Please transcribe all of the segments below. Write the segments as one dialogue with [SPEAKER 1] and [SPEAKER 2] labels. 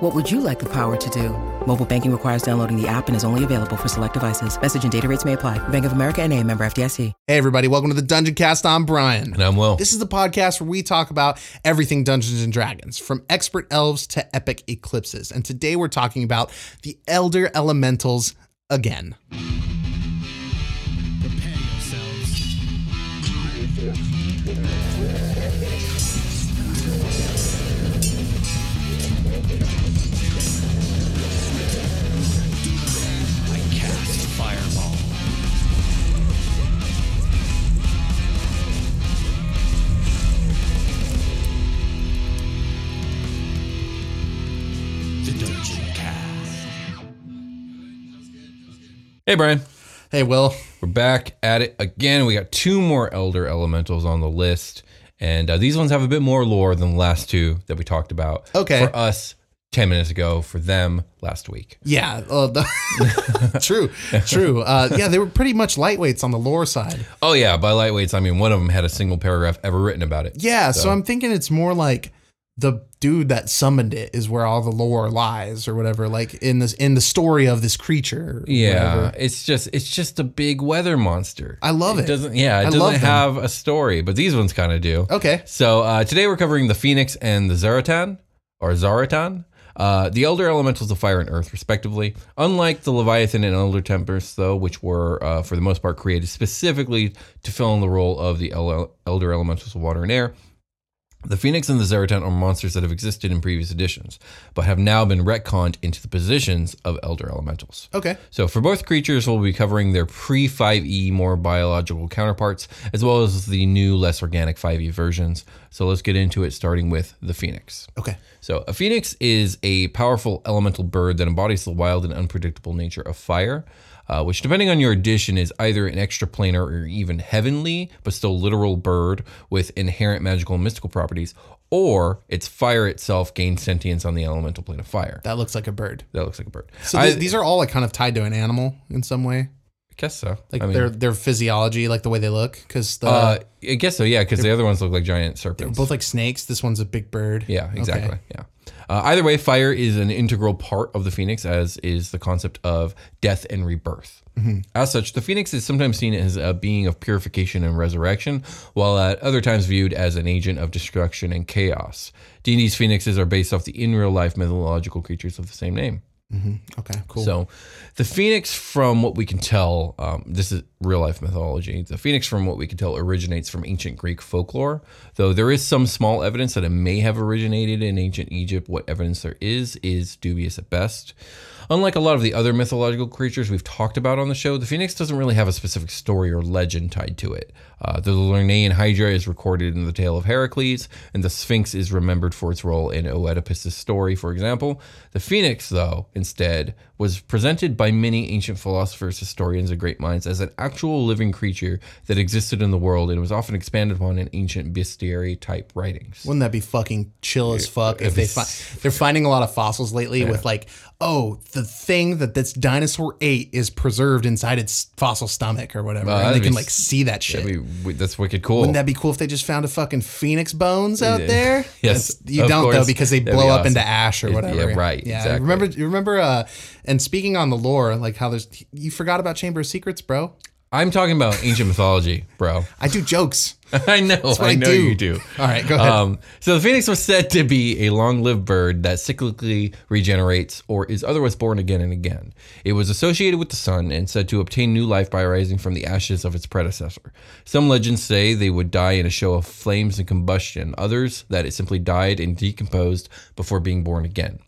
[SPEAKER 1] What would you like the power to do? Mobile banking requires downloading the app and is only available for select devices. Message and data rates may apply. Bank of America and a member FDIC.
[SPEAKER 2] Hey, everybody, welcome to the Dungeon Cast. I'm Brian.
[SPEAKER 3] And I'm Will.
[SPEAKER 2] This is the podcast where we talk about everything Dungeons and Dragons, from expert elves to epic eclipses. And today we're talking about the Elder Elementals again.
[SPEAKER 4] Prepare yourselves. I cast Fireball. The Dungeon Cast.
[SPEAKER 3] Hey, Brian.
[SPEAKER 2] Hey, Will.
[SPEAKER 3] We're back at it again. We got two more Elder Elementals on the list, and uh, these ones have a bit more lore than the last two that we talked about.
[SPEAKER 2] Okay.
[SPEAKER 3] For us, 10 minutes ago, for them last week.
[SPEAKER 2] Yeah. Uh, the- true. True. Uh, yeah, they were pretty much lightweights on the lore side.
[SPEAKER 3] Oh, yeah. By lightweights, I mean one of them had a single paragraph ever written about it.
[SPEAKER 2] Yeah. So,
[SPEAKER 3] So-
[SPEAKER 2] I'm thinking it's more like the dude that summoned it is where all the lore lies or whatever like in this in the story of this creature or
[SPEAKER 3] Yeah,
[SPEAKER 2] whatever.
[SPEAKER 3] it's just it's just a big weather monster.
[SPEAKER 2] I love it.
[SPEAKER 3] Doesn't yeah, it
[SPEAKER 2] I
[SPEAKER 3] doesn't
[SPEAKER 2] love them.
[SPEAKER 3] have a story, but these ones kind of do.
[SPEAKER 2] okay
[SPEAKER 3] So uh, today we're covering the Phoenix and the Zaratan, or Zaratan, uh, the Elder Elementals of Fire and Earth, respectively. Unlike the Leviathan and Elder Tempest, though, which were uh, for the most part created specifically to fill in the role of the El- Elder Elementals of Water and Air, the Phoenix and the Zaratan are monsters that have existed in previous editions, but have now been retconned into the positions of Elder Elementals.
[SPEAKER 2] okay
[SPEAKER 3] So, for both creatures, we'll be covering their pre 5e, more biological counterparts, as well as the new, less organic 5e versions. So, let's get into it, starting with the phoenix.
[SPEAKER 2] okay
[SPEAKER 3] So, a phoenix is a powerful elemental bird that embodies the wild and unpredictable nature of fire, uh, which, depending on your edition, is either an extraplanar or even heavenly, but still literal bird with inherent magical and mystical properties, or its fire itself gains sentience on the elemental plane of fire. That,
[SPEAKER 2] that looks like a bird
[SPEAKER 3] looks like a bird.
[SPEAKER 2] So
[SPEAKER 3] I-
[SPEAKER 2] th- these are all like kind of tied to an animal in some way,
[SPEAKER 3] I guess so.
[SPEAKER 2] like
[SPEAKER 3] I mean-
[SPEAKER 2] their their physiology, like the way they look, because the,
[SPEAKER 3] Uh, I guess so. Yeah, because the other ones look like giant serpents.
[SPEAKER 2] both like snakes. This one's a big bird.
[SPEAKER 3] yeah,
[SPEAKER 2] Okay.
[SPEAKER 3] exactly. Yeah. Uh, either way, fire is an integral part of the phoenix, as is the concept of death and rebirth. As such, the phoenix is sometimes seen as a being of purification and resurrection, while at other times viewed as an agent of destruction and chaos. D&D's phoenixes are based off the in real life mythological creatures of the same name.
[SPEAKER 2] Okay. Cool.
[SPEAKER 3] So, the phoenix, from what we can tell, um, this is real life mythology. The phoenix, from what we can tell, originates from ancient Greek folklore, though there is some small evidence that it may have originated in ancient Egypt. What evidence there is is dubious at best. Unlike a lot of the other mythological creatures we've talked about on the show, the phoenix doesn't really have a specific story or legend tied to it. Uh, the Lernaean Hydra is recorded in the tale of Heracles, and the Sphinx is remembered for its role in Oedipus' story, for example. The phoenix, though, in instead, was presented by many ancient philosophers, historians, and great minds as an actual living creature that existed in the world and was often expanded upon in ancient bestiary type writings.
[SPEAKER 2] Wouldn't that be fucking chill as fuck if they find they're finding a lot of fossils lately with like, oh, the thing that this dinosaur ate is preserved inside its fossil stomach or whatever, and they
[SPEAKER 3] that'd
[SPEAKER 2] can
[SPEAKER 3] be
[SPEAKER 2] like
[SPEAKER 3] s-
[SPEAKER 2] see that shit.
[SPEAKER 3] I mean, w- that's wicked cool.
[SPEAKER 2] Wouldn't that be cool if they just found a fucking phoenix bones out there?
[SPEAKER 3] Yes,
[SPEAKER 2] That's- you
[SPEAKER 3] of
[SPEAKER 2] don't though
[SPEAKER 3] course.
[SPEAKER 2] because they
[SPEAKER 3] That'd
[SPEAKER 2] blow
[SPEAKER 3] be
[SPEAKER 2] up into
[SPEAKER 3] awesome.
[SPEAKER 2] ash or
[SPEAKER 3] Yeah,
[SPEAKER 2] whatever.
[SPEAKER 3] right,
[SPEAKER 2] Yeah.
[SPEAKER 3] exactly.
[SPEAKER 2] Remember, you remember. Uh, and speaking on the lore, like how there's you forgot about Chamber of Secrets, bro.
[SPEAKER 3] I'm talking about ancient mythology, bro.
[SPEAKER 2] I do jokes.
[SPEAKER 3] I know, I,
[SPEAKER 2] I
[SPEAKER 3] know
[SPEAKER 2] do.
[SPEAKER 3] you do.
[SPEAKER 2] All right, go ahead.
[SPEAKER 3] Um, so the phoenix was said to be a long-lived bird that cyclically regenerates or is otherwise born again and again. It was associated with the sun and said to obtain new life by rising from the ashes of its predecessor. Some legends say they would die in a show of flames and combustion. Others that it simply died and decomposed before being born again.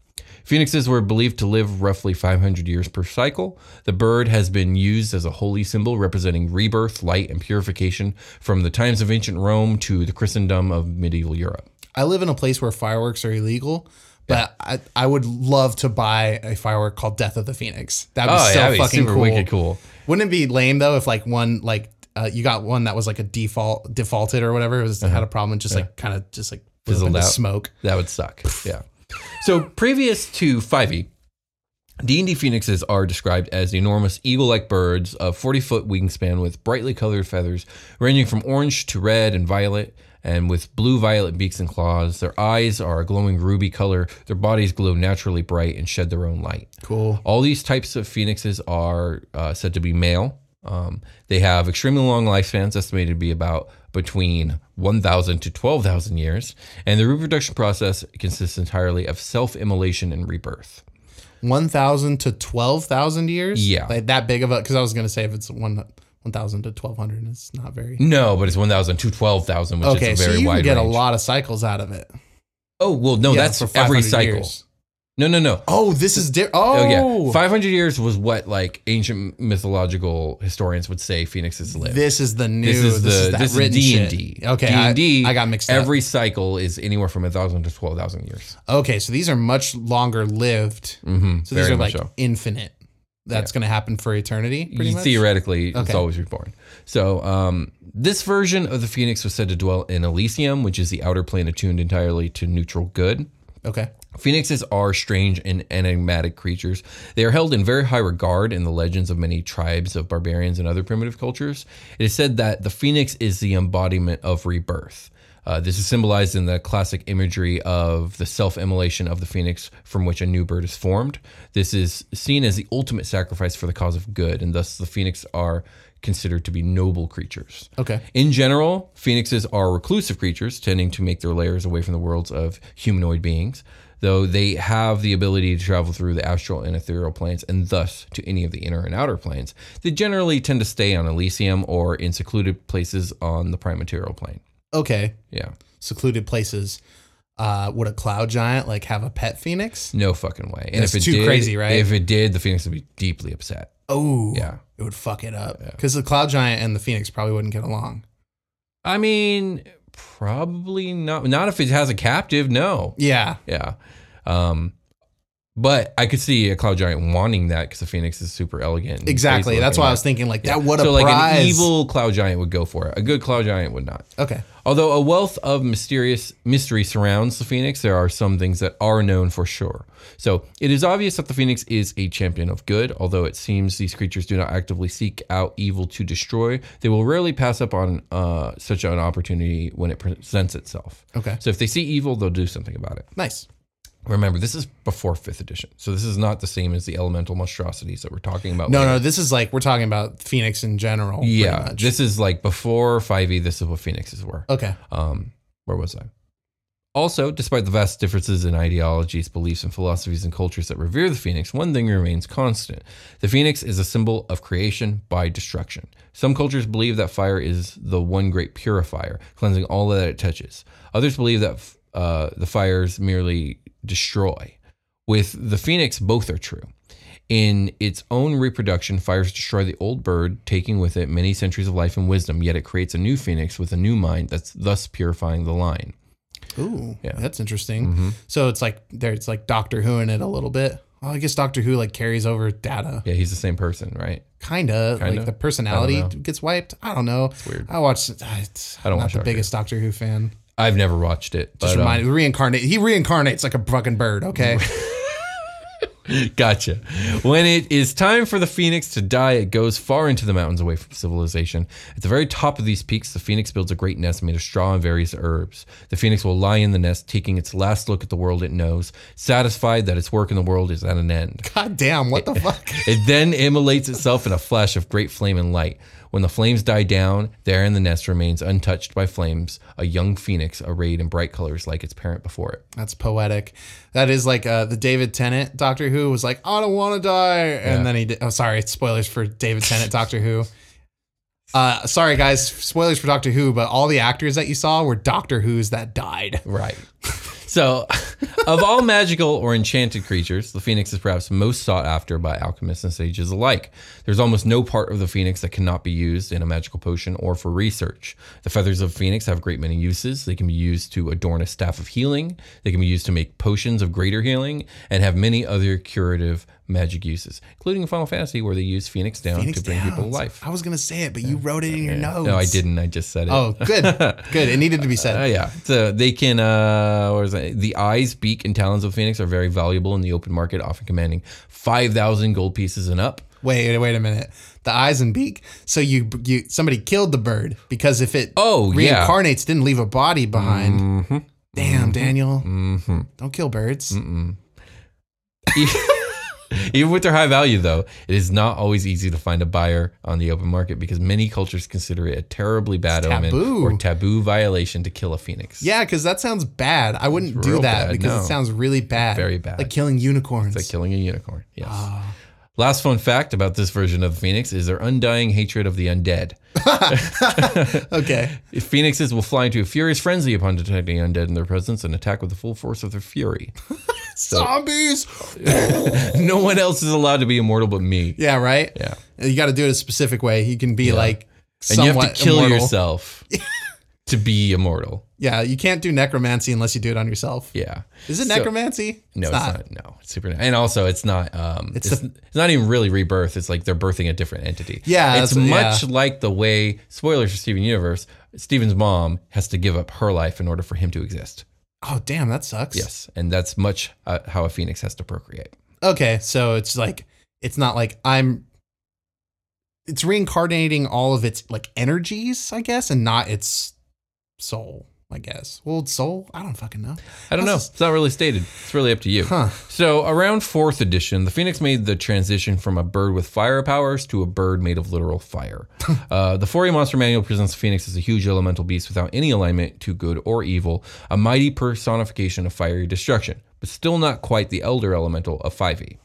[SPEAKER 3] Phoenixes were believed to live roughly 500 years per cycle. The bird has been used as a holy symbol representing rebirth, light, and purification from the times of ancient Rome to the Christendom of medieval Europe.
[SPEAKER 2] I live in a place where fireworks are illegal, but I, I would love to buy a firework called Death of the Phoenix. That'd be
[SPEAKER 3] Oh, yeah,
[SPEAKER 2] so
[SPEAKER 3] that'd be
[SPEAKER 2] fucking
[SPEAKER 3] super
[SPEAKER 2] cool.
[SPEAKER 3] wicked cool.
[SPEAKER 2] Wouldn't it be lame though if like one like uh, you got one that was like a default defaulted or whatever it was had a problem and just like kind of just like blew up
[SPEAKER 3] Uh-huh. Fizzled
[SPEAKER 2] into
[SPEAKER 3] out.
[SPEAKER 2] smoke.
[SPEAKER 3] That would suck. Yeah. So previous to E, 5e, D&D phoenixes are described as enormous eagle-like birds of 40-foot wingspan with brightly colored feathers ranging from orange to red and violet and with blue-violet beaks and claws. Their eyes are a glowing ruby color. Their bodies glow naturally bright and shed their own light.
[SPEAKER 2] Cool.
[SPEAKER 3] All these types of phoenixes are uh, said to be male. Um, they have extremely long lifespans, estimated to be about between 1,000 to 12,000 years, and the reproduction process consists entirely of self-immolation and rebirth.
[SPEAKER 2] One thousand to twelve thousand years.
[SPEAKER 3] Yeah.
[SPEAKER 2] like that big of a. Because I was gonna say if it's one one thousand to twelve hundred, it's not very.
[SPEAKER 3] No, but it's 1,000 to 12,000, which
[SPEAKER 2] Okay,
[SPEAKER 3] is a
[SPEAKER 2] so
[SPEAKER 3] very
[SPEAKER 2] you
[SPEAKER 3] wide
[SPEAKER 2] can get
[SPEAKER 3] range.
[SPEAKER 2] a lot of cycles out of it.
[SPEAKER 3] Oh well, no,
[SPEAKER 2] Yeah,
[SPEAKER 3] that's
[SPEAKER 2] for
[SPEAKER 3] every
[SPEAKER 2] 500
[SPEAKER 3] cycle.
[SPEAKER 2] years.
[SPEAKER 3] No, no, no.
[SPEAKER 2] Oh, this is different. Oh,
[SPEAKER 3] Oh yeah, 500 years was what like ancient mythological historians would say phoenixes live.
[SPEAKER 2] This is the new.
[SPEAKER 3] This is the
[SPEAKER 2] that
[SPEAKER 3] this is
[SPEAKER 2] written
[SPEAKER 3] D and D.
[SPEAKER 2] shit. Okay, I- I, got mixed up.
[SPEAKER 3] Every cycle is anywhere from a thousand to twelve thousand years.
[SPEAKER 2] Okay, so these are much longer lived.
[SPEAKER 3] Mm-hmm.
[SPEAKER 2] So these are like infinite. That's going to happen for eternity. Pretty much.
[SPEAKER 3] theoretically
[SPEAKER 2] Okay.
[SPEAKER 3] it's always reborn. So um, this version of the phoenix was said to dwell in Elysium, which is the outer plane attuned entirely to neutral good.
[SPEAKER 2] Okay.
[SPEAKER 3] Phoenixes are strange and enigmatic creatures. They are held in very high regard in the legends of many tribes of barbarians and other primitive cultures. It is said that the phoenix is the embodiment of rebirth. Uh, this is symbolized in the classic imagery of the self immolation of the phoenix from which a new bird is formed. This is seen as the ultimate sacrifice for the cause of good, and thus the phoenix are considered to be noble creatures.
[SPEAKER 2] Okay.
[SPEAKER 3] In general, phoenixes are reclusive creatures, tending to make their lairs away from the worlds of humanoid beings, though they have the ability to travel through the astral and ethereal planes and thus to any of the inner and outer planes. They generally tend to stay on Elysium or in secluded places on the prime material plane.
[SPEAKER 2] Okay.
[SPEAKER 3] Yeah.
[SPEAKER 2] Secluded places. Uh, would a cloud giant like have a pet phoenix?
[SPEAKER 3] No fucking way. And
[SPEAKER 2] That's too crazy, right?
[SPEAKER 3] If it did, the phoenix would be deeply upset.
[SPEAKER 2] Oh,
[SPEAKER 3] Yeah.
[SPEAKER 2] It would fuck it up because the cloud giant and the phoenix probably wouldn't get along.
[SPEAKER 3] I mean, probably not. Not if it has a captive, no.
[SPEAKER 2] Yeah.
[SPEAKER 3] Yeah. Um, but I could see a cloud giant wanting that because the phoenix is super elegant. and
[SPEAKER 2] Exactly.
[SPEAKER 3] crazy
[SPEAKER 2] That's
[SPEAKER 3] looking,
[SPEAKER 2] why I
[SPEAKER 3] but-
[SPEAKER 2] was thinking like that. What a
[SPEAKER 3] so like
[SPEAKER 2] prize.
[SPEAKER 3] an evil cloud giant would go for it. A good cloud giant would not.
[SPEAKER 2] Okay.
[SPEAKER 3] Although a wealth of mysterious mystery surrounds the Phoenix, there are some things that are known for sure. So it is obvious that the Phoenix is a champion of good, although it seems these creatures do not actively seek out evil to destroy. They will rarely pass up on uh, such an opportunity when it presents itself.
[SPEAKER 2] Okay.
[SPEAKER 3] So if they see evil, they'll do something about it.
[SPEAKER 2] Nice.
[SPEAKER 3] Remember, this is before fifth edition, so this is not the same as the elemental monstrosities that we're talking about.
[SPEAKER 2] No,
[SPEAKER 3] later.
[SPEAKER 2] no. This is like we're talking about phoenix in general. pretty
[SPEAKER 3] yeah,
[SPEAKER 2] much.
[SPEAKER 3] this is like before five e. This is what phoenixes were.
[SPEAKER 2] Okay.
[SPEAKER 3] Um, where was I? Also, despite the vast differences in ideologies, beliefs, and philosophies and cultures that revere the phoenix, one thing remains constant. The phoenix is a symbol of creation by destruction. Some cultures believe that fire is the one great purifier, cleansing all that it touches. Others believe that uh, the fires merely destroy. With the phoenix, both are true. In its own reproduction, fires destroy the old bird, taking with it many centuries of life and wisdom, yet it creates a new phoenix with a new mind that's thus purifying the line.
[SPEAKER 2] Ooh,
[SPEAKER 3] Yeah. Mm-hmm.
[SPEAKER 2] that's interesting. So it's like there, it's like Doctor Who in it a little bit. Well, I guess Doctor Who like carries over data,
[SPEAKER 3] Yeah, he's the same person, right?
[SPEAKER 2] kind of
[SPEAKER 3] Kinda.
[SPEAKER 2] like the personality
[SPEAKER 3] I don't
[SPEAKER 2] gets wiped. I don't know. It's
[SPEAKER 3] weird.
[SPEAKER 2] I watched. It's,
[SPEAKER 3] I don't
[SPEAKER 2] I'm not
[SPEAKER 3] watch
[SPEAKER 2] the
[SPEAKER 3] Doctor
[SPEAKER 2] biggest Doctor Who fan.
[SPEAKER 3] I've never watched it, but
[SPEAKER 2] Just
[SPEAKER 3] um,
[SPEAKER 2] reminded reincarnate. He reincarnates like a fucking bird. Okay.
[SPEAKER 3] uh, Gotcha. When it is time for the phoenix to die, it goes far into the mountains away from civilization. At the very top of these peaks, the phoenix builds a great nest made of straw and various herbs. The phoenix will lie in the nest, taking its last look at the world it knows, satisfied that its work in the world is at an end.
[SPEAKER 2] God damn. What the fuck?
[SPEAKER 3] It then immolates itself in a flash of great flame and light. When the flames die down, there in the nest remains untouched by flames a young phoenix arrayed in bright colors like its parent before it.
[SPEAKER 2] That's poetic. That is like uh, the David Tennant Doctor Who was like, I don't want to die, and then he. Did, oh, sorry, spoilers for David Tennant Doctor Who. Uh, sorry guys, spoilers for Doctor Who, but all the actors that you saw were Doctor Who's that died.
[SPEAKER 3] Right. So, of all magical or enchanted creatures, the phoenix is perhaps most sought after by alchemists and sages alike. There's almost no part of the phoenix that cannot be used in a magical potion or for research. The feathers of phoenix have great many uses. They can be used to adorn a staff of healing, they can be used to make potions of greater healing, and have many other curative magic uses, including in Final Fantasy, where they use phoenix down
[SPEAKER 2] Phoenix
[SPEAKER 3] to bring people to
[SPEAKER 2] Downs.
[SPEAKER 3] life.
[SPEAKER 2] I was gonna say it, but you wrote it in your notes.
[SPEAKER 3] No, I didn't. I just said it.
[SPEAKER 2] Oh, good, good. It needed to be said.
[SPEAKER 3] Uh, yeah. So they can, uh, what is it? The eyes, beak, and talons of Phoenix are very valuable in the open market, often commanding 5,000 gold pieces and up.
[SPEAKER 2] Wait, wait a minute. The eyes and beak. So you, you, somebody killed the bird because if it
[SPEAKER 3] Oh, yeah. Mm-hmm.
[SPEAKER 2] reincarnates, didn't leave a body behind. Damn, Daniel, don't kill birds.
[SPEAKER 3] Even with their high value, though, it is not always easy to find a buyer on the open market because many cultures consider it a terribly bad omen
[SPEAKER 2] taboo.
[SPEAKER 3] or taboo violation to kill a phoenix.
[SPEAKER 2] Yeah, because that sounds bad. I wouldn't
[SPEAKER 3] real
[SPEAKER 2] do that
[SPEAKER 3] bad,
[SPEAKER 2] because
[SPEAKER 3] no.
[SPEAKER 2] it sounds really bad.
[SPEAKER 3] Very bad.
[SPEAKER 2] Like killing unicorns.
[SPEAKER 3] It's like killing a unicorn. Yes. Last fun fact about this version of the Phoenix is their undying hatred of the undead.
[SPEAKER 2] okay.
[SPEAKER 3] Phoenixes will fly into a furious frenzy upon detecting undead in their presence and attack with the full force of their fury.
[SPEAKER 2] Zombies.
[SPEAKER 3] no one else is allowed to be immortal but me.
[SPEAKER 2] Yeah, right?
[SPEAKER 3] Yeah.
[SPEAKER 2] You got to do it a specific way. You can be like
[SPEAKER 3] And you
[SPEAKER 2] somewhat
[SPEAKER 3] have to kill
[SPEAKER 2] immortal.
[SPEAKER 3] yourself to be immortal.
[SPEAKER 2] Yeah, you can't do necromancy unless you do it on yourself.
[SPEAKER 3] Yeah.
[SPEAKER 2] Is it
[SPEAKER 3] So-
[SPEAKER 2] necromancy?
[SPEAKER 3] No, it's not. No, it's super. And also, it's not. Um, it's,
[SPEAKER 2] It's
[SPEAKER 3] it's, not even really rebirth. It's like they're birthing a different entity.
[SPEAKER 2] Yeah,
[SPEAKER 3] it's
[SPEAKER 2] that's-
[SPEAKER 3] much like the way spoilers for Steven Universe. Steven's mom has to give up her life in order for him to exist.
[SPEAKER 2] Oh, damn, that sucks.
[SPEAKER 3] Yes, and that's much uh, how a phoenix has to procreate.
[SPEAKER 2] Okay, so it's like it's not like I'm it's reincarnating all of its like energies, I guess, and not its soul, I guess. Well, it's soul, I don't fucking know.
[SPEAKER 3] I don't know.
[SPEAKER 2] That's-
[SPEAKER 3] It's not really stated. It's really up to you.
[SPEAKER 2] Huh.
[SPEAKER 3] So around fourth edition, the Phoenix made the transition from a bird with fire powers to a bird made of literal fire. uh, the 4 Monster Manual presents the Phoenix as a huge elemental beast without any alignment to good or evil, a mighty personification of fiery destruction, but still not quite the elder elemental of E. 5e.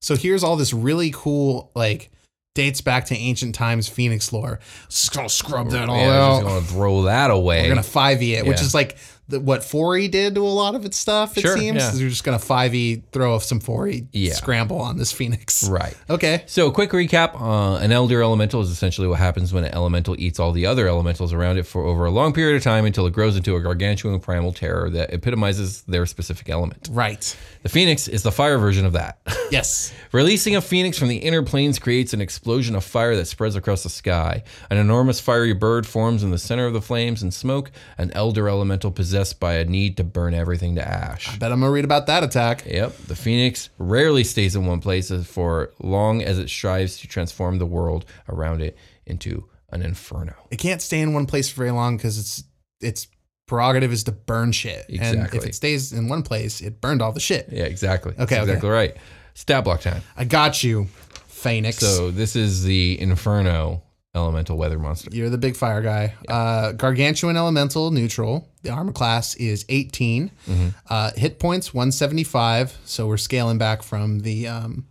[SPEAKER 2] So here's all this really cool like dates back to ancient times Phoenix lore. Just gonna scrub that all
[SPEAKER 3] Yeah,
[SPEAKER 2] out.
[SPEAKER 3] just gonna throw that away.
[SPEAKER 2] Oh, We're gonna five e it, which
[SPEAKER 3] Yeah.
[SPEAKER 2] is like the, what 4e did to a lot of its stuff. It
[SPEAKER 3] Sure,
[SPEAKER 2] seems
[SPEAKER 3] yeah.
[SPEAKER 2] we are just gonna five e throw some 4e
[SPEAKER 3] Yeah.
[SPEAKER 2] scramble on this Phoenix.
[SPEAKER 3] right.
[SPEAKER 2] Okay.
[SPEAKER 3] So, quick recap: uh, an elder elemental is essentially what happens when an elemental eats all the other elementals around it for over a long period of time until it grows into a gargantuan primal terror that epitomizes their specific element.
[SPEAKER 2] Right.
[SPEAKER 3] The phoenix is the fire version of that.
[SPEAKER 2] Yes.
[SPEAKER 3] Releasing a phoenix from the inner planes creates an explosion of fire that spreads across the sky. An enormous fiery bird forms in the center of the flames and smoke. An elder elemental possessed by a need to burn everything to ash.
[SPEAKER 2] Bet I'm gonna read about that attack.
[SPEAKER 3] Yep. The phoenix rarely stays in one place as for long as it strives to transform the world around it into an inferno.
[SPEAKER 2] it can't stay in one place for very long because it's its prerogative is to burn shit. And if
[SPEAKER 3] Exactly.
[SPEAKER 2] it stays in one place, it burned all the shit.
[SPEAKER 3] Yeah, exactly. That's
[SPEAKER 2] Okay, okay.
[SPEAKER 3] exactly right. Stat block time.
[SPEAKER 2] I got you, Phoenix.
[SPEAKER 3] So this is the inferno elemental weather monster.
[SPEAKER 2] You're the big fire guy. Uh, gargantuan elemental neutral. The armor class is 18.
[SPEAKER 3] Mm-hmm.
[SPEAKER 2] Uh, hit points 175. So we're scaling back from the um,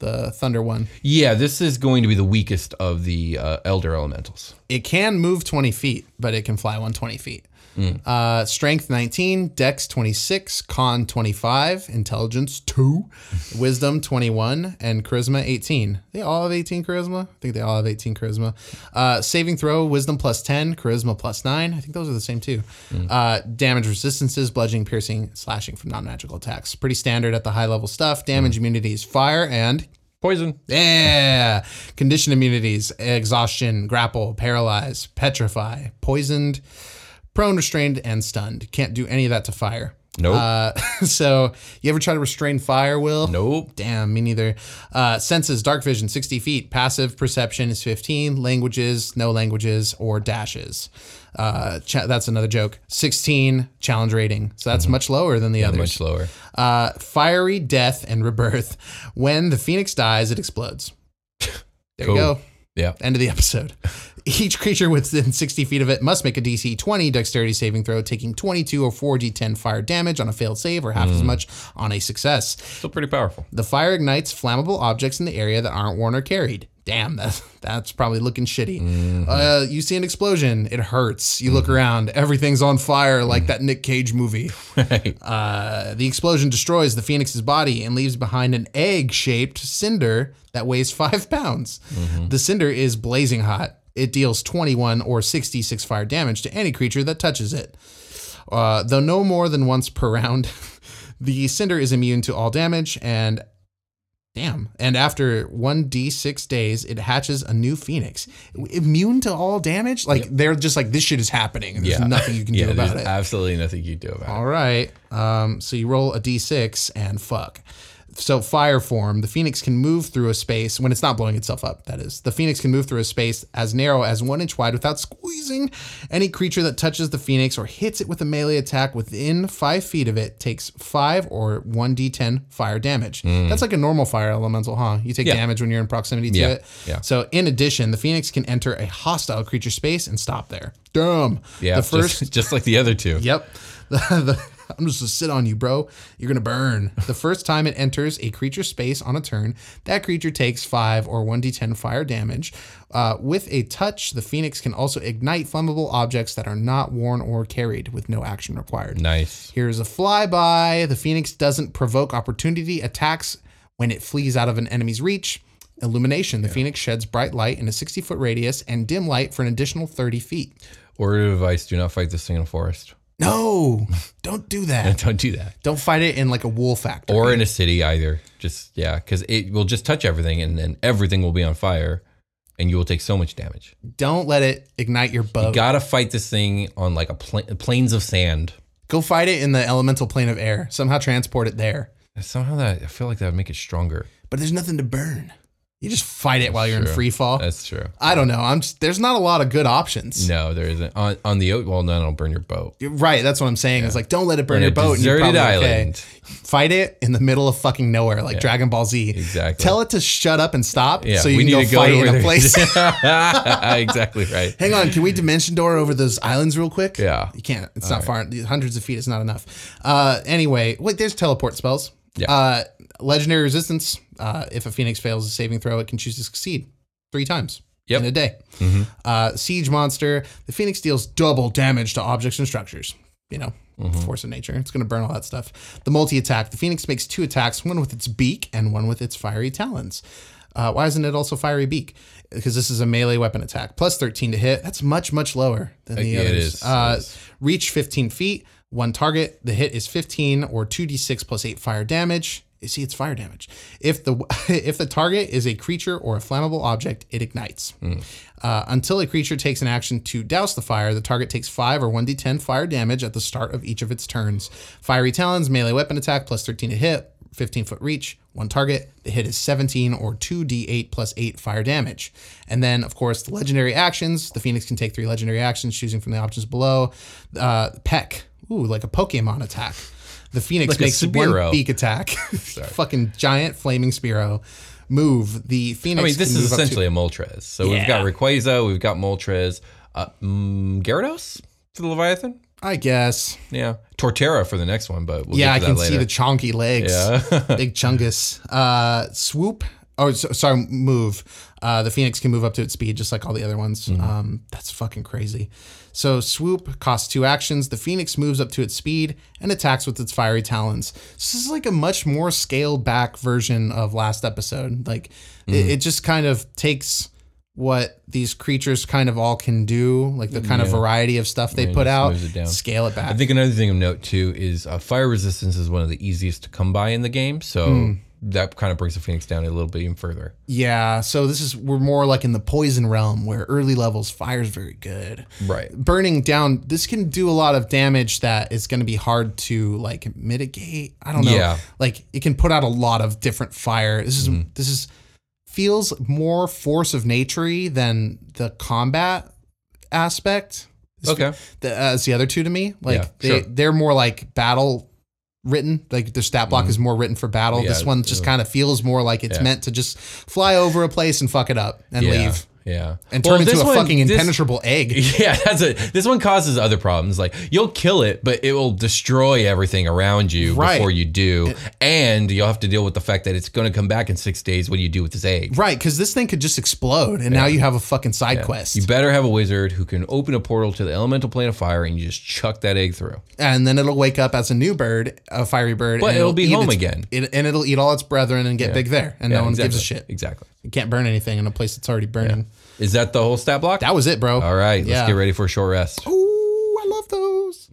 [SPEAKER 2] the thunder one.
[SPEAKER 3] Yeah, this is going to be the weakest of the uh, elder elementals.
[SPEAKER 2] It can move 20 feet, but it can fly 120 feet. Uh, strength 19, dex 26, con 25, intelligence 2, wisdom 21, and charisma 18. They all have 18 charisma. I think they all have 18 charisma. Uh, saving throw, wisdom plus 10, charisma plus 9. I think those are the same too. Uh, damage resistances, bludgeoning, piercing, slashing from non magical attacks. Pretty standard at the high level stuff. Damage immunity is fire and
[SPEAKER 3] Poison.
[SPEAKER 2] yeah. Condition immunities, exhaustion, grapple, paralyze, petrify, poisoned, prone, restrained, and stunned. Can't do any of that to fire.
[SPEAKER 3] Nope.
[SPEAKER 2] Uh, so you ever try to restrain fire, Will?
[SPEAKER 3] nope.
[SPEAKER 2] Damn, me neither. Uh, senses, dark vision, 60 feet. Passive perception is 15. Languages, no languages, or dashes. Uh, cha- that's another joke. 16, challenge rating. So that's much lower than the others.
[SPEAKER 3] Mm-hmm. Much lower.
[SPEAKER 2] Uh, fiery death and rebirth. When the phoenix dies, it explodes. There
[SPEAKER 3] Cool.
[SPEAKER 2] you go.
[SPEAKER 3] Yeah.
[SPEAKER 2] End of the episode. Each creature within 60 feet of it must make a DC 20 dexterity saving throw, taking 22 or 4d10 fire damage on a failed save or half as much on a success.
[SPEAKER 3] Still pretty powerful.
[SPEAKER 2] The fire ignites flammable objects in the area that aren't worn or carried. Damn, that's, that's probably looking shitty. Uh, you see an explosion, it hurts. You look around, everything's on fire like that Nick Cage movie. Uh, the explosion destroys the phoenix's body and leaves behind an egg shaped cinder that weighs five pounds.
[SPEAKER 3] Mm-hmm.
[SPEAKER 2] The cinder is blazing hot. It deals 21 or 66 fire damage to any creature that touches it. Uh, though no more than once per round, the cinder is immune to all damage and. Damn. And after 1d6 days, it hatches a new phoenix. Immune to all damage? Like, they're just like, this shit is happening. And there's
[SPEAKER 3] Yeah.
[SPEAKER 2] nothing you can
[SPEAKER 3] yeah,
[SPEAKER 2] do about
[SPEAKER 3] there's
[SPEAKER 2] it.
[SPEAKER 3] Absolutely nothing you can do about
[SPEAKER 2] All right. Um, so you roll a d6 and fuck. So fire form. The phoenix can move through a space when it's not blowing itself up. That is, the phoenix can move through a space as narrow as one inch wide without squeezing. Any creature that touches the phoenix or hits it with a melee attack within five feet of it takes five or one d10 fire damage. That's like a normal fire elemental, huh? You take
[SPEAKER 3] Hmm. Yeah.
[SPEAKER 2] damage when you're in proximity to
[SPEAKER 3] Yeah.
[SPEAKER 2] it.
[SPEAKER 3] Yeah.
[SPEAKER 2] So in addition, the phoenix can enter a hostile creature space and stop there. Damn.
[SPEAKER 3] it. Yeah.
[SPEAKER 2] The
[SPEAKER 3] just-
[SPEAKER 2] first
[SPEAKER 3] just, like the other two.
[SPEAKER 2] Yep. The, the, I'm just gonna sit on you, bro. You're gonna burn. The first time it enters a creature space on a turn, that creature takes five or one d10 fire damage. Uh, with a touch, the phoenix can also ignite flammable objects that are not worn or carried, with no action required.
[SPEAKER 3] Nice.
[SPEAKER 2] Here's a flyby. The phoenix doesn't provoke opportunity attacks when it flees out of an enemy's reach. Illumination. The phoenix sheds bright light in a 60 foot radius and dim light for an additional 30 feet.
[SPEAKER 3] Order of advice: Do not fight this thing in a forest.
[SPEAKER 2] No, don't do that.
[SPEAKER 3] Don't do that.
[SPEAKER 2] Don't fight it in like a wool factory.
[SPEAKER 3] Or in a city either. Just yeah, because it will just touch everything, and then everything will be on fire, and you will take so much damage.
[SPEAKER 2] don't let it ignite your boat.
[SPEAKER 3] Gotta fight this thing on like a pla- plains of sand.
[SPEAKER 2] Go fight it in the elemental plane of air. Somehow transport it there.
[SPEAKER 3] Somehow that I feel like that would make it stronger.
[SPEAKER 2] But there's nothing to burn. You just fight it while you're in
[SPEAKER 3] True.
[SPEAKER 2] free fall.
[SPEAKER 3] That's true.
[SPEAKER 2] I don't know. I'm just, there's not a lot of good options.
[SPEAKER 3] No, there isn't on on the oat. Well, no, it'll burn your boat.
[SPEAKER 2] You're right. That's what I'm saying. It's like don't let it burn
[SPEAKER 3] On
[SPEAKER 2] your
[SPEAKER 3] a
[SPEAKER 2] boat. and you're
[SPEAKER 3] deserted
[SPEAKER 2] probably okay.
[SPEAKER 3] island.
[SPEAKER 2] Fight it in the middle of fucking nowhere, like Dragon Ball Z.
[SPEAKER 3] Exactly.
[SPEAKER 2] Tell it to shut up and stop,
[SPEAKER 3] Yeah,
[SPEAKER 2] so you
[SPEAKER 3] we
[SPEAKER 2] can go,
[SPEAKER 3] need to go
[SPEAKER 2] fight
[SPEAKER 3] to
[SPEAKER 2] in
[SPEAKER 3] where
[SPEAKER 2] a place.
[SPEAKER 3] place. exactly right.
[SPEAKER 2] Hang on, can we dimension door over those islands real quick?
[SPEAKER 3] Yeah.
[SPEAKER 2] You can't. It's not far. Hundreds of feet is not enough. Uh, anyway, wait, there's teleport spells.
[SPEAKER 3] Yeah.
[SPEAKER 2] Uh, legendary resistance. Uh, if a phoenix fails a saving throw, it can choose to succeed three times
[SPEAKER 3] Yep. Mm-hmm.
[SPEAKER 2] in a day. Uh, siege monster. The phoenix deals double damage to objects and structures. You know,
[SPEAKER 3] Mm-hmm.
[SPEAKER 2] force of nature. It's going to burn all that stuff. The multi attack. The phoenix makes two attacks, one with its beak and one with its fiery talons. Uh, why isn't it also fiery beak? Because this is a melee weapon attack. Plus 13 to hit. That's much, much lower than the
[SPEAKER 3] Yeah, it
[SPEAKER 2] others.
[SPEAKER 3] is.
[SPEAKER 2] Uh,
[SPEAKER 3] It is.
[SPEAKER 2] Reach 15 feet, one target. The hit is 15 or 2d6 plus 8 fire damage. You see, it's fire damage. If the if the target is a creature or a flammable object, it ignites. Uh, until a creature takes an action to douse the fire, the target takes five or one d10 fire damage at the start of each of its turns. Fiery talons, melee weapon attack, plus 13 to hit, 15 foot reach, one target. The hit is 17 or 2d8 plus 8 fire damage. And then, of course, the legendary actions. The Phoenix can take three legendary actions, choosing from the options below. Uh, peck. Ooh, like a Pokemon attack. The Phoenix
[SPEAKER 3] a
[SPEAKER 2] makes one
[SPEAKER 3] Spearow.
[SPEAKER 2] beak attack. Fucking giant flaming Spearow. Move. The Phoenix.
[SPEAKER 3] I mean, this
[SPEAKER 2] can
[SPEAKER 3] is
[SPEAKER 2] move up to-
[SPEAKER 3] essentially a Moltres. So we've got Rayquaza, we've got Moltres, uh, mm, Gyarados for the Leviathan.
[SPEAKER 2] I guess.
[SPEAKER 3] Yeah, Torterra for the next one, but we'll
[SPEAKER 2] yeah, I
[SPEAKER 3] get to
[SPEAKER 2] can
[SPEAKER 3] that
[SPEAKER 2] see
[SPEAKER 3] later.
[SPEAKER 2] the chonky legs. Big chungus. Uh, swoop. Oh, so, sorry,
[SPEAKER 3] Mm-hmm.
[SPEAKER 2] move. Uh, the Phoenix can move up to its speed just like all the other ones. Um, that's fucking crazy. So swoop costs two actions. The phoenix moves up to its speed and attacks with its fiery talons. So this is like a much more scaled back version of last episode. Like it,
[SPEAKER 3] Mm-hmm.
[SPEAKER 2] it just kind of takes what these creatures kind of all can do, like the kind of variety of stuff they
[SPEAKER 3] Yeah,
[SPEAKER 2] put
[SPEAKER 3] just
[SPEAKER 2] out,
[SPEAKER 3] moves it down.
[SPEAKER 2] scale it back.
[SPEAKER 3] I think another thing of note too is uh, fire resistance is one of the easiest to come by in the game, so
[SPEAKER 2] Hmm.
[SPEAKER 3] that kind of brings the Phoenix down a little bit even further.
[SPEAKER 2] yeah, so this is we're more like in the poison realm where early levels fire's very good.
[SPEAKER 3] Right.
[SPEAKER 2] burning down this can do a lot of damage that is going to be hard to like mitigate i don't know
[SPEAKER 3] Yeah. Mm-hmm.
[SPEAKER 2] like it can put out a lot of different fire this is this is feels more force of nature than the combat aspect This
[SPEAKER 3] Okay.
[SPEAKER 2] the, as the other two to me like
[SPEAKER 3] Yeah,
[SPEAKER 2] they,
[SPEAKER 3] sure.
[SPEAKER 2] they're more like battle written like their stat block is more written for battle this
[SPEAKER 3] Mm-hmm. Yeah, uh,
[SPEAKER 2] one just kind of feels more like it's
[SPEAKER 3] Yeah.
[SPEAKER 2] meant to just fly over a place and fuck it up and
[SPEAKER 3] yeah.
[SPEAKER 2] leave
[SPEAKER 3] Yeah.
[SPEAKER 2] and
[SPEAKER 3] Well,
[SPEAKER 2] turn into
[SPEAKER 3] this
[SPEAKER 2] a
[SPEAKER 3] one-
[SPEAKER 2] fucking
[SPEAKER 3] this-
[SPEAKER 2] impenetrable egg
[SPEAKER 3] Yeah, that's it. This one causes other problems. Like you'll kill it, but it will destroy everything around you
[SPEAKER 2] Right.
[SPEAKER 3] before you do, and you'll have to deal with the fact that it's going to come back in six days. What do you do with this egg?
[SPEAKER 2] Right, because this thing could just explode, and now you have a fucking side quest,
[SPEAKER 3] You better have a wizard who can open a portal to the elemental plane of fire, and you just chuck that egg through.
[SPEAKER 2] and then it'll wake up as a new bird, a fiery bird,
[SPEAKER 3] But
[SPEAKER 2] and
[SPEAKER 3] it'll be
[SPEAKER 2] eat
[SPEAKER 3] home
[SPEAKER 2] its-
[SPEAKER 3] again.
[SPEAKER 2] it, and it'll eat all its brethren and get big there, and
[SPEAKER 3] Yeah,
[SPEAKER 2] no one
[SPEAKER 3] exactly.
[SPEAKER 2] gives a shit.
[SPEAKER 3] Exactly.
[SPEAKER 2] You can't burn anything in a place that's already burning.
[SPEAKER 3] Is that the whole stat block?
[SPEAKER 2] That was it, bro.
[SPEAKER 3] All right,
[SPEAKER 2] Yeah.
[SPEAKER 3] let's get ready for a short rest.
[SPEAKER 2] Ooh, I love those.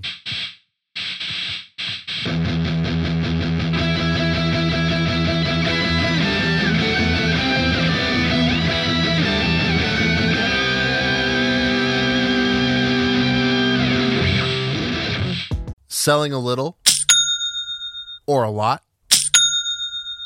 [SPEAKER 5] Selling a little or a lot?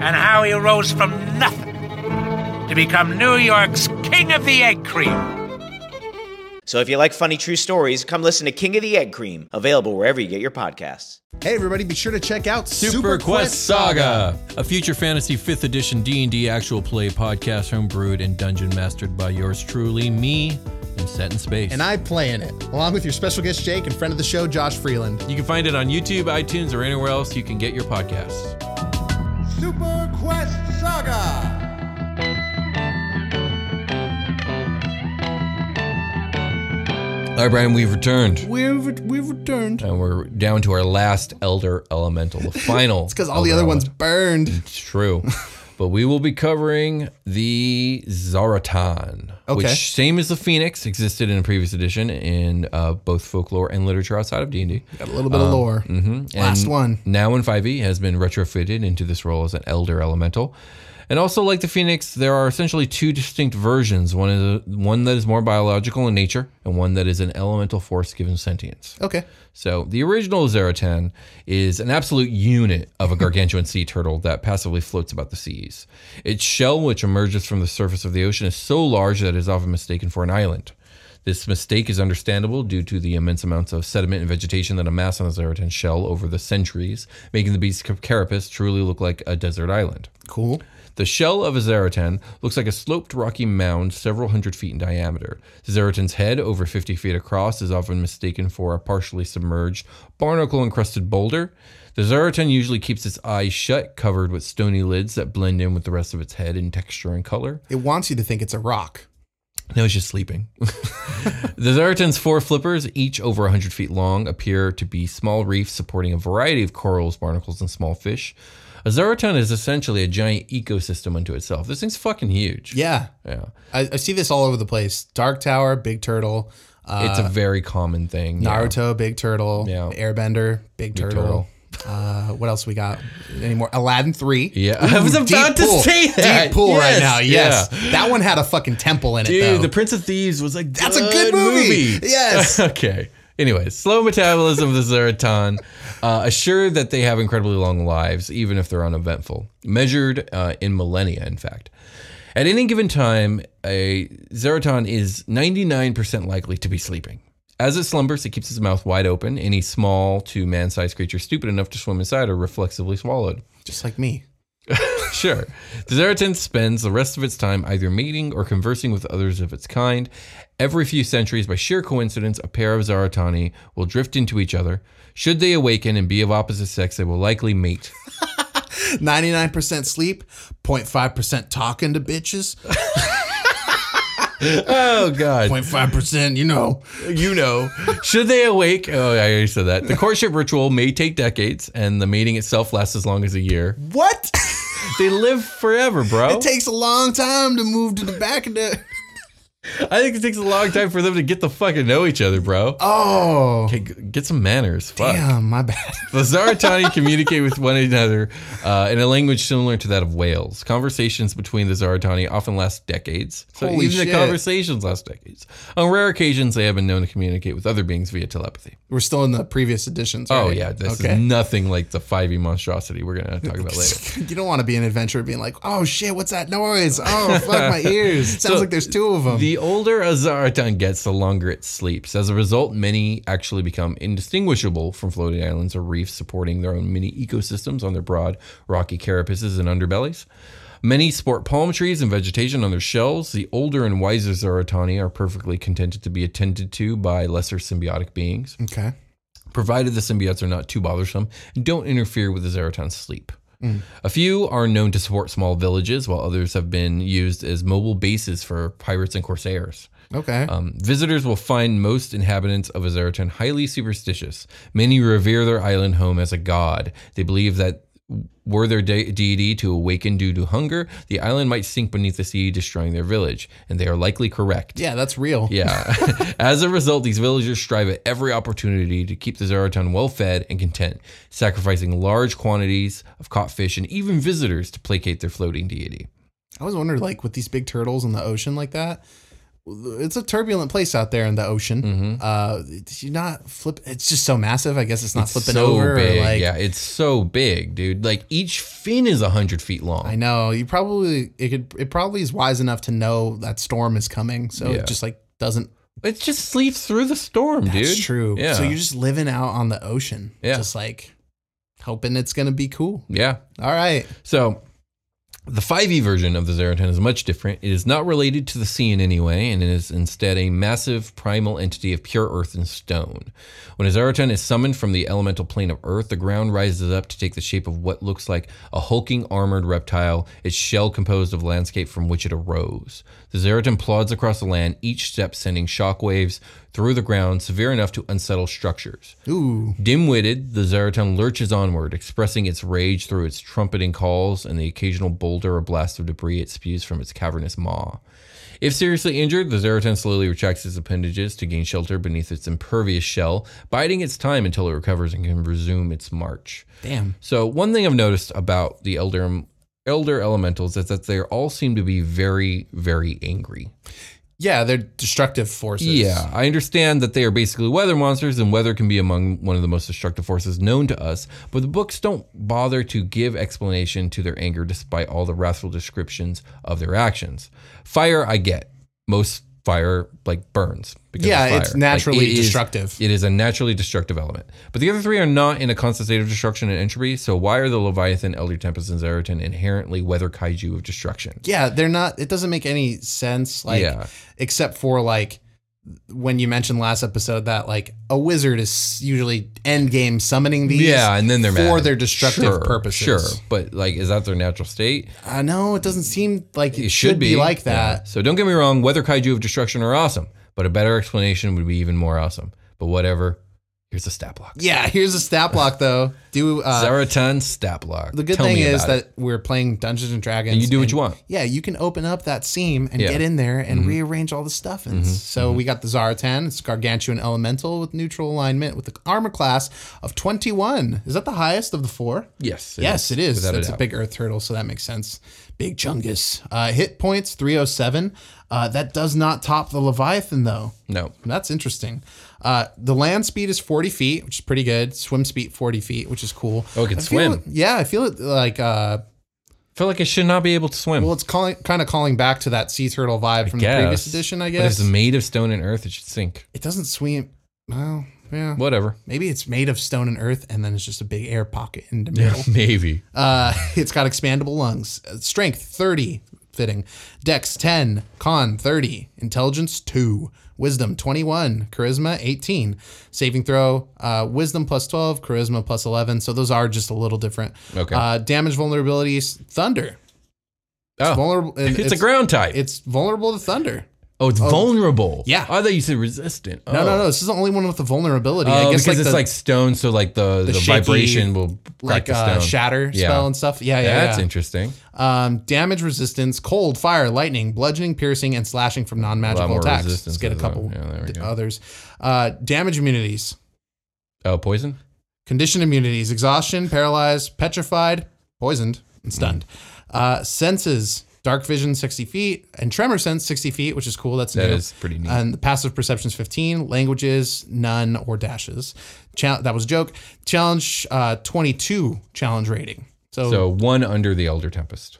[SPEAKER 6] and how he rose from nothing to become New York's king of the egg cream.
[SPEAKER 7] So if you like funny true stories, come listen to King of the Egg Cream, available wherever you get your podcasts.
[SPEAKER 2] Hey, everybody, be sure to check out
[SPEAKER 3] Super, Quest Saga, a future fantasy 5th edition D&D actual play podcast homebrewed and dungeon mastered by yours truly, me, and set in space.
[SPEAKER 2] And I play in it, along with your special guest Jake and friend of the show, Josh Freeland.
[SPEAKER 3] you can find it on YouTube, iTunes, or anywhere else you can get your podcasts.
[SPEAKER 2] Super Quest Saga!
[SPEAKER 3] All right, Brian, we've returned.
[SPEAKER 2] We've, we've returned.
[SPEAKER 3] And we're down to our last Elder Elemental, the final.
[SPEAKER 2] It's because all the other ones burned.
[SPEAKER 3] It's true. But we will be covering the Zaratan,
[SPEAKER 2] Okay.
[SPEAKER 3] which same as the Phoenix existed in a previous edition in uh, both folklore and literature outside of D and D.
[SPEAKER 2] Got a little bit of lore.
[SPEAKER 3] hmm
[SPEAKER 2] Last one.
[SPEAKER 3] Now in 5e has been retrofitted into this role as an elder elemental. And also like the phoenix, there are essentially two distinct versions. One is one that is more biological in nature and one that is an elemental force given sentience.
[SPEAKER 2] Okay.
[SPEAKER 3] So the original Zaratan is an absolute unit of a gargantuan sea turtle that passively floats about the seas. Its shell, which emerges from the surface of the ocean, is so large that it is often mistaken for an island. This mistake is understandable due to the immense amounts of sediment and vegetation that amass on the Zaratan shell over the centuries, making the beast of Carapace truly look like a desert island.
[SPEAKER 2] Cool.
[SPEAKER 3] The shell of a Zaratan looks like a sloped rocky mound several hundred feet in diameter. The Zaratan's head, over 50 feet across, is often mistaken for a partially submerged, barnacle encrusted boulder. The Zaratan usually keeps its eyes shut, covered with stony lids that blend in with the rest of its head in texture and color.
[SPEAKER 2] It wants you to think it's a rock.
[SPEAKER 3] No, it's just sleeping. the Zaratan's four flippers, each over 100 feet long, appear to be small reefs supporting a variety of corals, barnacles, and small fish. A Zaratan is essentially a giant ecosystem unto itself. This thing's fucking huge.
[SPEAKER 2] Yeah.
[SPEAKER 3] Yeah.
[SPEAKER 2] I, I see this all over the place. Dark Tower, Big Turtle. Uh,
[SPEAKER 3] It's a very common thing. yeah.
[SPEAKER 2] Naruto, Big Turtle.
[SPEAKER 3] Yeah.
[SPEAKER 2] Airbender, Big, Turtle. Uh, what else we got anymore? Aladdin three.
[SPEAKER 3] Yeah. I was
[SPEAKER 2] Deep
[SPEAKER 3] about to
[SPEAKER 2] pool.
[SPEAKER 3] say that.
[SPEAKER 2] Deep pool right
[SPEAKER 3] Yes.
[SPEAKER 2] now. Yes,
[SPEAKER 3] Yeah.
[SPEAKER 2] that one had a fucking temple in it.
[SPEAKER 3] Dude,
[SPEAKER 2] though.
[SPEAKER 3] The Prince of Thieves was like,
[SPEAKER 2] That's a good movie. Yes.
[SPEAKER 3] okay. Anyways, slow metabolism of the Zeraton uh, assure that they have incredibly long lives, even if they're uneventful, measured uh, in millennia, in fact. At any given time, a Zeraton is 99% likely to be sleeping. As it slumbers, it keeps its mouth wide open. Any small to man sized creature stupid enough to swim inside are reflexively swallowed.
[SPEAKER 2] Just like me.
[SPEAKER 3] Sure. The Zeratin spends the rest of its time either mating or conversing with others of its kind. Every few centuries, by sheer coincidence, a pair of Zaratani will drift into each other. Should they awaken and be of opposite sex, they will likely mate.
[SPEAKER 2] 99% sleep, 0.5% talking to bitches,
[SPEAKER 3] oh, God.
[SPEAKER 2] 0.5%, you know.
[SPEAKER 3] You know. Should they awake? Oh, I already said that. The courtship ritual may take decades, and the mating itself lasts as long as a year.
[SPEAKER 2] What?
[SPEAKER 3] They live forever, bro.
[SPEAKER 2] It takes a long time to move to the back of the.
[SPEAKER 3] I think it takes a long time for them to get the fucking know each other, bro.
[SPEAKER 2] Oh.
[SPEAKER 3] Okay, g- get some manners. Fuck.
[SPEAKER 2] Damn, my bad.
[SPEAKER 3] The Zaratani communicate with one another uh, in a language similar to that of whales. Conversations between the Zaratani often last decades. So
[SPEAKER 2] Holy
[SPEAKER 3] even the
[SPEAKER 2] shit.
[SPEAKER 3] conversations last decades. On rare occasions, they have been known to communicate with other beings via telepathy.
[SPEAKER 2] We're still in the previous editions.
[SPEAKER 3] Oh
[SPEAKER 2] right?
[SPEAKER 3] yeah, this is
[SPEAKER 2] okay.
[SPEAKER 3] nothing like the 5e monstrosity we're going to talk about later.
[SPEAKER 2] you don't want to be an adventurer being like, oh shit, what's that noise? Oh, fuck my ears. It sounds
[SPEAKER 3] So,
[SPEAKER 2] like there's two of them.
[SPEAKER 3] The older a Zaratan gets, the longer it sleeps. As a result, many actually become indistinguishable from floating islands or reefs, supporting their own mini ecosystems on their broad, rocky carapaces and underbellies. Many sport palm trees and vegetation on their shells. The older and wiser Zaratani are perfectly contented to be attended to by lesser symbiotic beings,
[SPEAKER 2] okay.
[SPEAKER 3] provided the symbiotes are not too bothersome and don't interfere with the Zaratan's sleep. A few are known to support small villages, while others have been used as mobile bases for pirates and corsairs.
[SPEAKER 2] Okay.
[SPEAKER 3] Um, visitors will find most inhabitants of Azeratan highly superstitious. Many revere their island home as a god. They believe that were their de- deity to awaken due to hunger, the island might sink beneath the sea, destroying their village. And they are likely correct.
[SPEAKER 2] yeah, that's real.
[SPEAKER 3] Yeah. As a result, these villagers strive at every opportunity to keep the Zaratan well fed and content, sacrificing large quantities of caught fish and even visitors to placate their floating deity.
[SPEAKER 2] I was wondering, like, with these big turtles in the ocean like that, it's a turbulent place out there in the ocean.
[SPEAKER 3] Mm-hmm.
[SPEAKER 2] Uh, you not flip. It's just so massive. I guess it's not flipping
[SPEAKER 3] so
[SPEAKER 2] over.
[SPEAKER 3] big.
[SPEAKER 2] Or like,
[SPEAKER 3] yeah, it's so big, dude. Like each fin is hundred feet long.
[SPEAKER 2] I know you probably it could. It probably is wise enough to know that storm is coming, so
[SPEAKER 3] Yeah.
[SPEAKER 2] it just like doesn't.
[SPEAKER 3] It just sleeps through the storm, dude.
[SPEAKER 2] That's true.
[SPEAKER 3] Yeah.
[SPEAKER 2] So you're just living out on the ocean.
[SPEAKER 3] Yeah.
[SPEAKER 2] Just like hoping it's gonna be cool.
[SPEAKER 3] yeah.
[SPEAKER 2] All right.
[SPEAKER 3] So the 5e version of the Zaratan is much different. It is not related to the sea in any way, and it is instead a massive primal entity of pure earth and stone. When a Zaratan is summoned from the elemental plane of earth, the ground rises up to take the shape of what looks like a hulking armored reptile, its shell composed of landscape from which it arose. The Zaratan plods across the land, each step sending shockwaves through the ground severe enough to unsettle structures.
[SPEAKER 2] Ooh.
[SPEAKER 3] Dim witted, the Zaratan lurches onward, expressing its rage through its trumpeting calls and the occasional boulder or blast of debris it spews from its cavernous maw. If seriously injured, the Zeraton slowly retracts its appendages to gain shelter beneath its impervious shell, biding its time until it recovers and can resume its march.
[SPEAKER 2] Damn.
[SPEAKER 3] So one thing I've noticed about the elder elder elementals is that they all seem to be very, very angry.
[SPEAKER 2] Yeah, they're destructive forces.
[SPEAKER 3] Yeah, I understand that they are basically weather monsters, and weather can be among one of the most destructive forces known to us. But the books don't bother to give explanation to their anger, despite all the wrathful descriptions of their actions. Fire, I get. Most fire like burns. of
[SPEAKER 2] Yeah,
[SPEAKER 3] fire.
[SPEAKER 2] it's naturally
[SPEAKER 3] is-
[SPEAKER 2] destructive.
[SPEAKER 3] it is a naturally destructive element. But the other three are not in a constant state of destruction and entropy. So why are the Leviathan, Elder Tempest, and Zeraton inherently weather kaiju of destruction?
[SPEAKER 2] Yeah, they're not. It doesn't make any sense. Like,
[SPEAKER 3] Yeah.
[SPEAKER 2] except for like when you mentioned last episode that like a wizard is usually end game summoning these.
[SPEAKER 3] yeah, and then they're
[SPEAKER 2] for
[SPEAKER 3] mad.
[SPEAKER 2] their destructive
[SPEAKER 3] Sure,
[SPEAKER 2] purposes.
[SPEAKER 3] Sure, but like, is that their natural state?
[SPEAKER 2] I know it doesn't seem like it, should, be, like that.
[SPEAKER 3] Yeah. So don't get me wrong, weather kaiju of destruction are awesome, but a better explanation would be even more awesome. But whatever. Here's a stat block.
[SPEAKER 2] Yeah, here's a stat block though. Do uh,
[SPEAKER 3] Zeraton stat block.
[SPEAKER 2] the good
[SPEAKER 3] Tell
[SPEAKER 2] thing
[SPEAKER 3] me
[SPEAKER 2] is
[SPEAKER 3] about
[SPEAKER 2] that
[SPEAKER 3] it.
[SPEAKER 2] we're playing Dungeons and Dragons.
[SPEAKER 3] And you do what you want.
[SPEAKER 2] Yeah, you can open up that seam and
[SPEAKER 3] Yeah.
[SPEAKER 2] get in there and
[SPEAKER 3] Mhm.
[SPEAKER 2] rearrange all the stuff. And
[SPEAKER 3] Mhm,
[SPEAKER 2] so we got the Zaratan, it's gargantuan elemental with neutral alignment with the armor class of 21. Is that the highest of the four?
[SPEAKER 3] Yes, it
[SPEAKER 2] yes,
[SPEAKER 3] is,
[SPEAKER 2] it is.
[SPEAKER 3] without a
[SPEAKER 2] That's a,
[SPEAKER 3] doubt.
[SPEAKER 2] big earth turtle, so that makes sense. Big chungus. Uh, hit points 307. Uh, that does not top the Leviathan though.
[SPEAKER 3] No.
[SPEAKER 2] That's interesting. Uh, the land speed is 40 feet, which is pretty good. Swim speed 40 feet, which is cool.
[SPEAKER 3] Oh, it can
[SPEAKER 2] I feel-
[SPEAKER 3] swim.
[SPEAKER 2] yeah, I feel it like uh,
[SPEAKER 3] feel like it should not be able to swim.
[SPEAKER 2] well, it's calling kind of calling back to that sea turtle vibe from the previous edition, I
[SPEAKER 3] But if
[SPEAKER 2] guess.
[SPEAKER 3] it's made of stone and earth, it should sink.
[SPEAKER 2] it doesn't swim. Well, yeah,
[SPEAKER 3] Whatever.
[SPEAKER 2] maybe it's made of stone and earth, and then it's just a big air pocket in the middle.
[SPEAKER 3] Maybe.
[SPEAKER 2] Uh, it's got expandable lungs. Uh, Strength 30, fitting. Dex 10, con 30, intelligence 2, wisdom 21, charisma 18, saving throw, uh, wisdom plus 12, charisma plus 11. So those are just a little different.
[SPEAKER 3] Okay.
[SPEAKER 2] Uh, damage vulnerabilities, thunder.
[SPEAKER 3] Oh.
[SPEAKER 2] vulnerable.
[SPEAKER 3] It's, a ground type.
[SPEAKER 2] It's vulnerable to thunder.
[SPEAKER 3] oh, it's vulnerable.
[SPEAKER 2] Yeah.
[SPEAKER 3] I thought you said resistant.
[SPEAKER 2] No,
[SPEAKER 3] Oh.
[SPEAKER 2] no, no. This is the only one with the vulnerability.
[SPEAKER 3] Oh,
[SPEAKER 2] I guess
[SPEAKER 3] because
[SPEAKER 2] like
[SPEAKER 3] it's
[SPEAKER 2] the,
[SPEAKER 3] like stone, so like the,
[SPEAKER 2] the
[SPEAKER 3] the,
[SPEAKER 2] shaky,
[SPEAKER 3] vibration will crack
[SPEAKER 2] like
[SPEAKER 3] the
[SPEAKER 2] uh,
[SPEAKER 3] stone.
[SPEAKER 2] shatter
[SPEAKER 3] Yeah.
[SPEAKER 2] spell and stuff. Yeah, yeah.
[SPEAKER 3] That's
[SPEAKER 2] yeah.
[SPEAKER 3] interesting.
[SPEAKER 2] Um, damage resistance, cold, fire, lightning, bludgeoning, piercing, and slashing from
[SPEAKER 3] A lot
[SPEAKER 2] non-magical
[SPEAKER 3] more
[SPEAKER 2] attacks. Let's
[SPEAKER 3] resistance
[SPEAKER 2] get a
[SPEAKER 3] as well.
[SPEAKER 2] couple
[SPEAKER 3] Yeah, there we
[SPEAKER 2] d-
[SPEAKER 3] go.
[SPEAKER 2] others. Uh, damage immunities,
[SPEAKER 3] Oh, poison?
[SPEAKER 2] condition immunities, exhaustion, paralyzed, petrified, poisoned, and stunned.
[SPEAKER 3] Mm.
[SPEAKER 2] Uh, senses, dark vision, sixty feet, and tremor sense, sixty feet, which is cool. That's
[SPEAKER 3] That
[SPEAKER 2] new.
[SPEAKER 3] is pretty neat.
[SPEAKER 2] And the passive perceptions 15, languages, none or dashes. Chal- that was a joke. Challenge uh, 22 challenge rating. So,
[SPEAKER 3] So one under the Elder Tempest.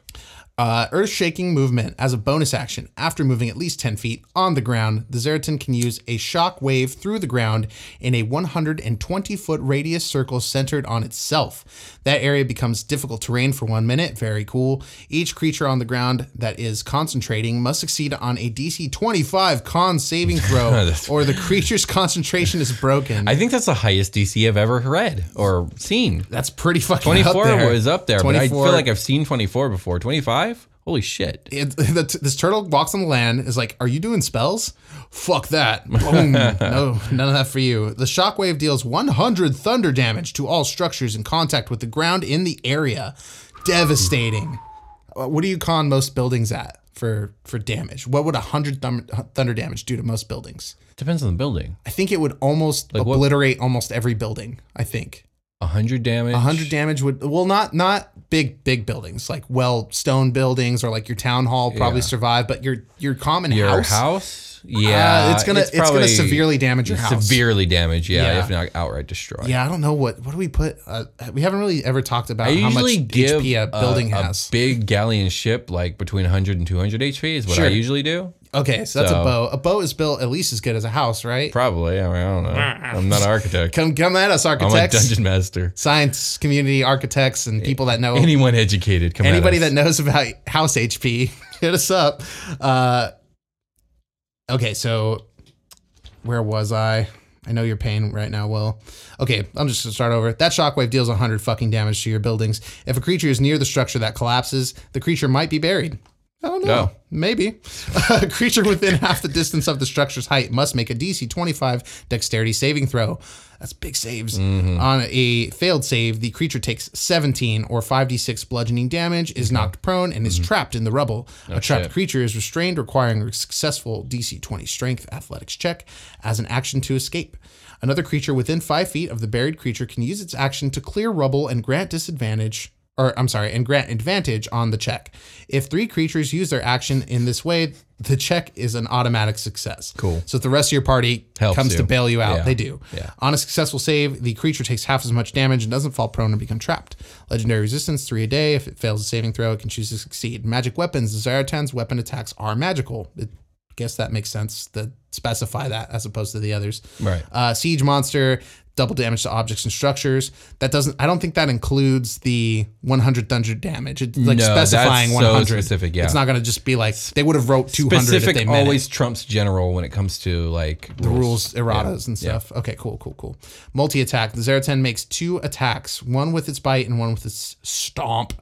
[SPEAKER 2] uh, earth shaking movement as a bonus action. After moving at least 10 feet on the ground, the Zeratin can use a shock wave through the ground in a 120 foot radius circle centered on itself. That area becomes difficult terrain for one minute. Very cool. Each creature on the ground that is concentrating must succeed on a DC 25 con saving throw,
[SPEAKER 3] That's-
[SPEAKER 2] or the creature's concentration is broken.
[SPEAKER 3] I think that's the highest DC I've ever read or seen.
[SPEAKER 2] That's pretty fucking up
[SPEAKER 3] 24
[SPEAKER 2] there.
[SPEAKER 3] was up there, but I
[SPEAKER 2] 24
[SPEAKER 3] feel like I've seen 24 before. 25? Holy shit.
[SPEAKER 2] it, the t- this turtle walks on the land is like, "Are you doing spells? Fuck that! Boom! no, none of that for you." The shockwave deals 100 thunder damage to all structures in contact with the ground in the area. Devastating. Uh, What do you con most buildings at for for damage? What would 100 thum- uh, thunder damage do to most buildings?
[SPEAKER 3] Depends on the building.
[SPEAKER 2] I think it would almost
[SPEAKER 3] Like what-
[SPEAKER 2] obliterate almost every building. I think.
[SPEAKER 3] 100 damage.
[SPEAKER 2] A hundred damage would well not not big big buildings like well stone buildings or like your town hall probably
[SPEAKER 3] Yeah.
[SPEAKER 2] survive, but your your common
[SPEAKER 3] Your house?
[SPEAKER 2] house, Uh,
[SPEAKER 3] Yeah.
[SPEAKER 2] it's gonna- it's gonna
[SPEAKER 3] probably
[SPEAKER 2] severely damage your house.
[SPEAKER 3] Severely damage, yeah,
[SPEAKER 2] Yeah.
[SPEAKER 3] if not outright destroy.
[SPEAKER 2] Yeah, I don't know what what do we put. Uh, we haven't really ever talked about
[SPEAKER 3] I
[SPEAKER 2] how much
[SPEAKER 3] usually give
[SPEAKER 2] HP a building
[SPEAKER 3] a
[SPEAKER 2] has.
[SPEAKER 3] big galleon ship like between 100 and 200 HP is what
[SPEAKER 2] Sure.
[SPEAKER 3] I usually do.
[SPEAKER 2] okay, so that's a
[SPEAKER 3] so-
[SPEAKER 2] bow. A bow is built at least as good as a house, right?
[SPEAKER 3] Probably. I, mean, I don't know. I'm not an architect.
[SPEAKER 2] Come come at us,
[SPEAKER 3] I'm a
[SPEAKER 2] architects,
[SPEAKER 3] dungeon master.
[SPEAKER 2] science community architects, and people that know
[SPEAKER 3] Anyone educated, come at
[SPEAKER 2] Oh. anybody
[SPEAKER 3] us.
[SPEAKER 2] that knows about house HP, hit us up. Uh, okay, so where was I? I know your pain right now, Will. Okay, I'm just gonna start over. That shockwave deals 100 fucking damage to your buildings. If a creature is near the structure that collapses, the creature might be buried. Oh no. Maybe. A creature within half the distance of the structure's height must make a DC 25 dexterity saving throw. That's big saves. On a failed save, the creature takes 17 or 5d6 bludgeoning damage, is knocked prone, and is trapped in the rubble. a trapped
[SPEAKER 3] shit.
[SPEAKER 2] creature is restrained, requiring a successful DC 20 strength athletics check as an action to escape. Another creature within five feet of the buried creature can use its action to clear rubble and grant disadvantage, or I'm sorry, and grant advantage on the check. If three creatures use their action in this way, the check is an automatic success. Cool. So if the rest of your party
[SPEAKER 3] Helps
[SPEAKER 2] comes
[SPEAKER 3] you.
[SPEAKER 2] to bail you out,
[SPEAKER 3] Yeah.
[SPEAKER 2] they do.
[SPEAKER 3] Yeah.
[SPEAKER 2] On a successful save, the creature takes half as much damage and doesn't fall prone or become trapped. Legendary resistance, three a day. If it fails a saving throw, it can choose to succeed. Magic weapons, Zaratan's weapon attacks are magical. It, guess that makes sense to specify that as opposed to the others.
[SPEAKER 3] Right.
[SPEAKER 2] Uh, siege monster, double damage to objects and structures. That doesn't. I don't think that includes the 100 dungeon damage. It's like
[SPEAKER 3] No, that's
[SPEAKER 2] specifying
[SPEAKER 3] so
[SPEAKER 2] 100.
[SPEAKER 3] specific, yeah.
[SPEAKER 2] It's not going to just be like they would have wrote 200 if they
[SPEAKER 3] Specific
[SPEAKER 2] meant it
[SPEAKER 3] always trumps general when it comes to like
[SPEAKER 2] the rules, erratas, and stuff. Okay, cool, cool, cool. Multi attack. The Zeraten makes two attacks, one with its bite and one with its stomp.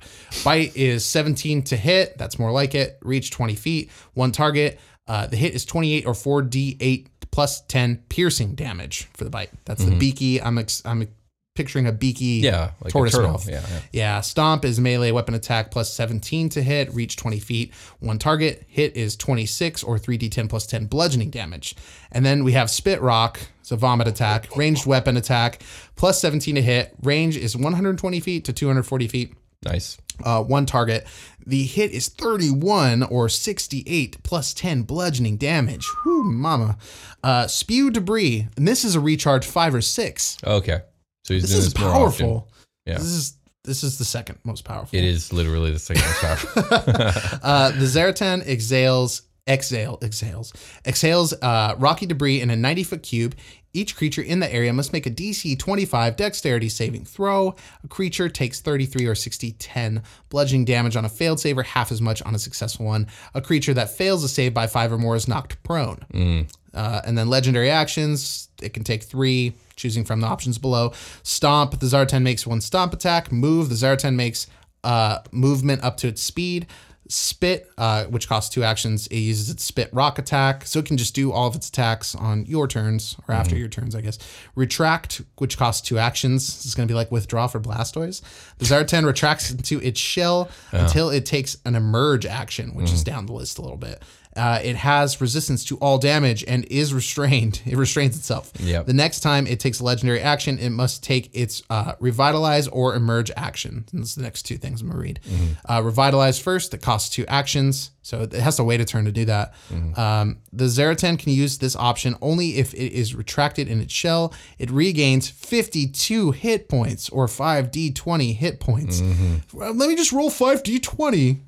[SPEAKER 2] Bite is 17 to hit. That's more like it. Reach 20 feet, one target. Uh, the hit is 28 or 4d8 plus 10 piercing damage for the bite. That's the
[SPEAKER 3] Mhm.
[SPEAKER 2] beaky. I'm ex- I'm picturing a beaky
[SPEAKER 3] Yeah, like a
[SPEAKER 2] tortoise
[SPEAKER 3] turtle.
[SPEAKER 2] mouth.
[SPEAKER 3] Yeah, yeah.
[SPEAKER 2] Yeah, stomp is melee weapon attack plus 17 to hit, reach 20 feet, one target. Hit is 26 or 3d10 plus 10 bludgeoning damage. And then we have spit rock, it's a vomit attack, ranged weapon attack, plus 17 to hit. Range is 120 feet to 240 feet.
[SPEAKER 3] Nice.
[SPEAKER 2] Uh, one target. The hit is 31 or 68 plus 10 bludgeoning damage. Whoo, mama. Uh, spew debris. And this is a recharge five or six.
[SPEAKER 3] Okay. So he's
[SPEAKER 2] This
[SPEAKER 3] doing
[SPEAKER 2] is
[SPEAKER 3] this more often.
[SPEAKER 2] powerful.
[SPEAKER 3] Yeah.
[SPEAKER 2] This is this is the second most powerful.
[SPEAKER 3] It is literally the second most powerful.
[SPEAKER 2] Uh, the Zaratan exhales, exhale, exhales, exhales uh, rocky debris in a 90 foot cube. Each creature in the area must make a DC 25 dexterity saving throw. A creature takes 33 or 60, 10 bludgeoning damage on a failed save or half as much on a successful one. A creature that fails a save by five or more is knocked prone. Uh, and then legendary actions, it can take three, choosing from the options below. Stomp, the Zartan makes one stomp attack. Move, the Zartan makes uh, movement up to its speed. Spit, uh, which costs two actions, it uses its spit rock attack. So it can just do all of its attacks on your turns or after your turns, I guess. Retract, which costs two actions. This is going to be like withdraw for Blastoise. The Zartan retracts into its shell until it takes an emerge action, which is down the list a little bit. Uh, it has resistance to all damage and is restrained. It restrains itself.
[SPEAKER 3] Yep.
[SPEAKER 2] The next time it takes a legendary action, it must take its uh, revitalize or emerge action. And this is the next two things I'm gonna read. Uh, revitalize first. It costs two actions, so it has to wait a turn to do that. Um, the Zaratan can use this option only if it is retracted in its shell. It regains 52 hit points or 5d20 hit points. Well, Let me just roll 5d20.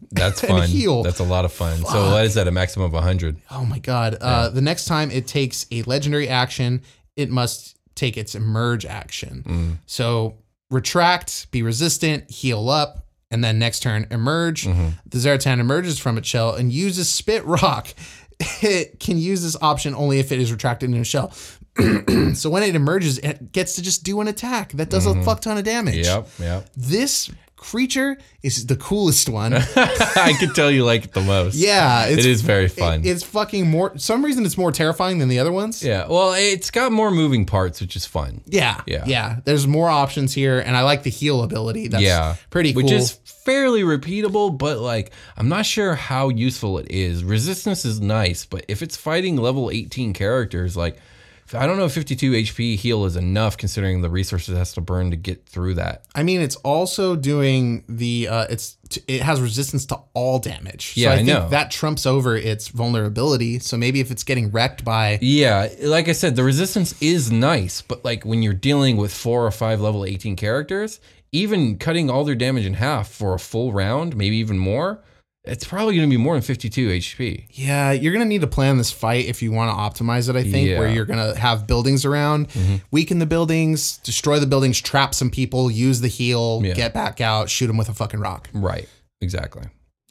[SPEAKER 3] That's
[SPEAKER 2] and
[SPEAKER 3] fun.
[SPEAKER 2] heal.
[SPEAKER 3] That's a lot of fun. So that is at a maximum of 100.
[SPEAKER 2] Oh my god! Uh, the next time it takes a legendary action, it must take its emerge action. So retract, be resistant, heal up, and then next turn emerge. The Zaratan emerges from its shell and uses spit rock. It can use this option only if it is retracted in a shell. so when it emerges, it gets to just do an attack that does a fuck ton of damage.
[SPEAKER 3] Yep, yep.
[SPEAKER 2] This creature is the coolest one.
[SPEAKER 3] I could tell you like it the most.
[SPEAKER 2] Yeah,
[SPEAKER 3] It is very fun.
[SPEAKER 2] it- it's fucking more. Some reason it's more terrifying than the other ones.
[SPEAKER 3] yeah. Well, it's got more moving parts, which is fun.
[SPEAKER 2] Yeah,
[SPEAKER 3] Yeah.
[SPEAKER 2] yeah. There's more options here, and I like the heal ability. That's
[SPEAKER 3] yeah.
[SPEAKER 2] pretty cool.
[SPEAKER 3] Which is fairly repeatable, but like I'm not sure how useful it is. Resistance is nice, but if it's fighting level 18 characters, like I don't know if 52 HP heal is enough considering the resources it has to burn to get through that.
[SPEAKER 2] I mean, it's also doing the. Uh, it's t- it has resistance to all damage.
[SPEAKER 3] Yeah,
[SPEAKER 2] so I,
[SPEAKER 3] I
[SPEAKER 2] think
[SPEAKER 3] know.
[SPEAKER 2] that trumps over its vulnerability. So maybe if it's getting wrecked by
[SPEAKER 3] Yeah, like I said, the resistance is nice, but like when you're dealing with four or five level 18 characters, even cutting all their damage in half for a full round, maybe even more, it's probably going to be more than 52 HP.
[SPEAKER 2] Yeah, you're gonna need to plan this fight if you want to optimize it. I think where
[SPEAKER 3] Yeah. Mm-hmm.
[SPEAKER 2] you're gonna have buildings around, weaken the buildings, destroy the buildings, trap some people, use the heal,
[SPEAKER 3] Yeah.
[SPEAKER 2] get back out, shoot them with a fucking rock.
[SPEAKER 3] Right, exactly.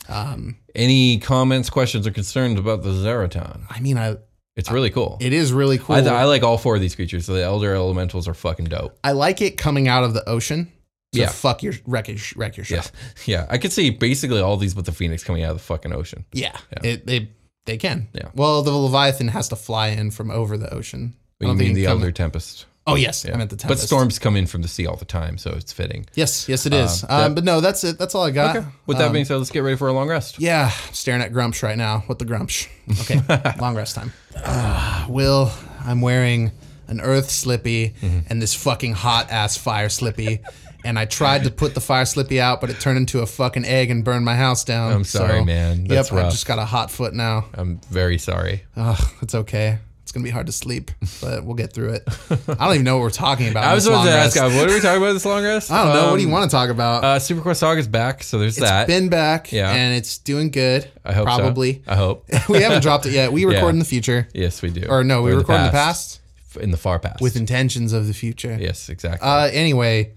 [SPEAKER 2] Um,
[SPEAKER 3] Any comments, questions, or concerns about the Zeraton?
[SPEAKER 2] I mean, I
[SPEAKER 3] It's really cool.
[SPEAKER 2] Uh, it is really cool. Uh,
[SPEAKER 3] I, th- I like all four of these creatures. So the Elder Elementals are fucking dope.
[SPEAKER 2] I like it coming out of the ocean. So
[SPEAKER 3] Yeah.
[SPEAKER 2] fuck your wreck your, sh- wreck your show.
[SPEAKER 3] Yes. Yeah. I could see basically all these but the Phoenix coming out of the fucking ocean.
[SPEAKER 2] Yeah.
[SPEAKER 3] Yeah.
[SPEAKER 2] It, they they can.
[SPEAKER 3] Yeah.
[SPEAKER 2] Well, the Leviathan has to fly in from over the ocean. I
[SPEAKER 3] But you
[SPEAKER 2] don't think
[SPEAKER 3] mean
[SPEAKER 2] it
[SPEAKER 3] the
[SPEAKER 2] can-
[SPEAKER 3] Elder Tempest.
[SPEAKER 2] Oh, yes, I meant the
[SPEAKER 3] But
[SPEAKER 2] Tempest.
[SPEAKER 3] storms come in from the sea all the time, so it's fitting.
[SPEAKER 2] Yes, yes, it is. Um, but no, that's it. That's all I got.
[SPEAKER 3] Uh, Okay. With that
[SPEAKER 2] Um,
[SPEAKER 3] being said, let's get ready for a long rest.
[SPEAKER 2] yeah, I'm staring at Grumps right now. What the Grumps? Okay, long rest time. Ah, Will, I'm wearing an Earth Slippy
[SPEAKER 3] Mm-hmm.
[SPEAKER 2] and this fucking hot ass Fire Slippy, and I tried to put the Fire Slippy out, but it turned into a fucking egg and burned my house down.
[SPEAKER 3] I'm sorry, man. That's
[SPEAKER 2] yep,
[SPEAKER 3] rough.
[SPEAKER 2] I've just got a hot foot now.
[SPEAKER 3] I'm very sorry.
[SPEAKER 2] Ugh, it's okay. It's gonna be hard to sleep, but we'll get through it. I don't even know what we're talking about.
[SPEAKER 3] I
[SPEAKER 2] on
[SPEAKER 3] was
[SPEAKER 2] this
[SPEAKER 3] about to
[SPEAKER 2] long
[SPEAKER 3] ask,
[SPEAKER 2] rest.
[SPEAKER 3] uh, what are we talking about this long rest?
[SPEAKER 2] I don't know. what do you
[SPEAKER 3] Um,
[SPEAKER 2] want to talk about?
[SPEAKER 3] Uh, Super Quest Saga's back, so there's that.
[SPEAKER 2] It's been back,
[SPEAKER 3] Yeah.
[SPEAKER 2] and it's doing good.
[SPEAKER 3] I hope so.
[SPEAKER 2] probably.
[SPEAKER 3] I hope.
[SPEAKER 2] we haven't dropped it yet. We record
[SPEAKER 3] Yeah.
[SPEAKER 2] in the future.
[SPEAKER 3] Yes, we do.
[SPEAKER 2] Or no, we
[SPEAKER 3] Or
[SPEAKER 2] record in the past
[SPEAKER 3] F- In the far past.
[SPEAKER 2] with intentions of the future.
[SPEAKER 3] yes, exactly.
[SPEAKER 2] Uh, anyway,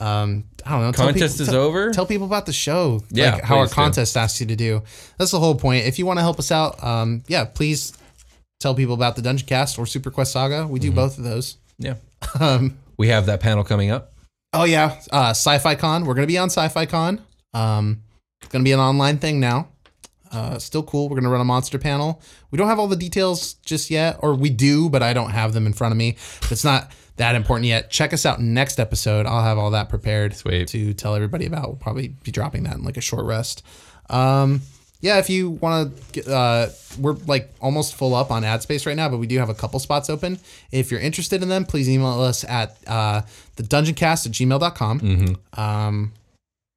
[SPEAKER 2] um, I don't know. Tell
[SPEAKER 3] Contest
[SPEAKER 2] people-
[SPEAKER 3] is
[SPEAKER 2] tell-
[SPEAKER 3] over?
[SPEAKER 2] Tell people about the show.
[SPEAKER 3] Yeah,
[SPEAKER 2] like how our
[SPEAKER 3] please do.
[SPEAKER 2] contest asks you to do. That's the whole point. If you want to help us out, um, yeah, please tell people about the Dungeon Cast or Super Quest Saga. We do
[SPEAKER 3] Mm-hmm.
[SPEAKER 2] both of those.
[SPEAKER 3] yeah.
[SPEAKER 2] Um,
[SPEAKER 3] We have that panel coming up.
[SPEAKER 2] Oh yeah, uh, Sci-Fi Con. We're gonna be on Sci-Fi Con. Um, it's gonna be an online thing now. Uh, still cool. We're gonna run a monster panel. We don't have all the details just yet, or we do, but I don't have them in front of me. It's not that important yet. Check us out next episode. I'll have all that prepared
[SPEAKER 3] Sweet.
[SPEAKER 2] to tell everybody about. We'll probably be dropping that in like a short rest. Um, yeah, if you want to, uh, we're like almost full up on ad space right now, but we do have a couple spots open. If you're interested in them, please email us at uh, the dungeoncast at gmail.com. Um,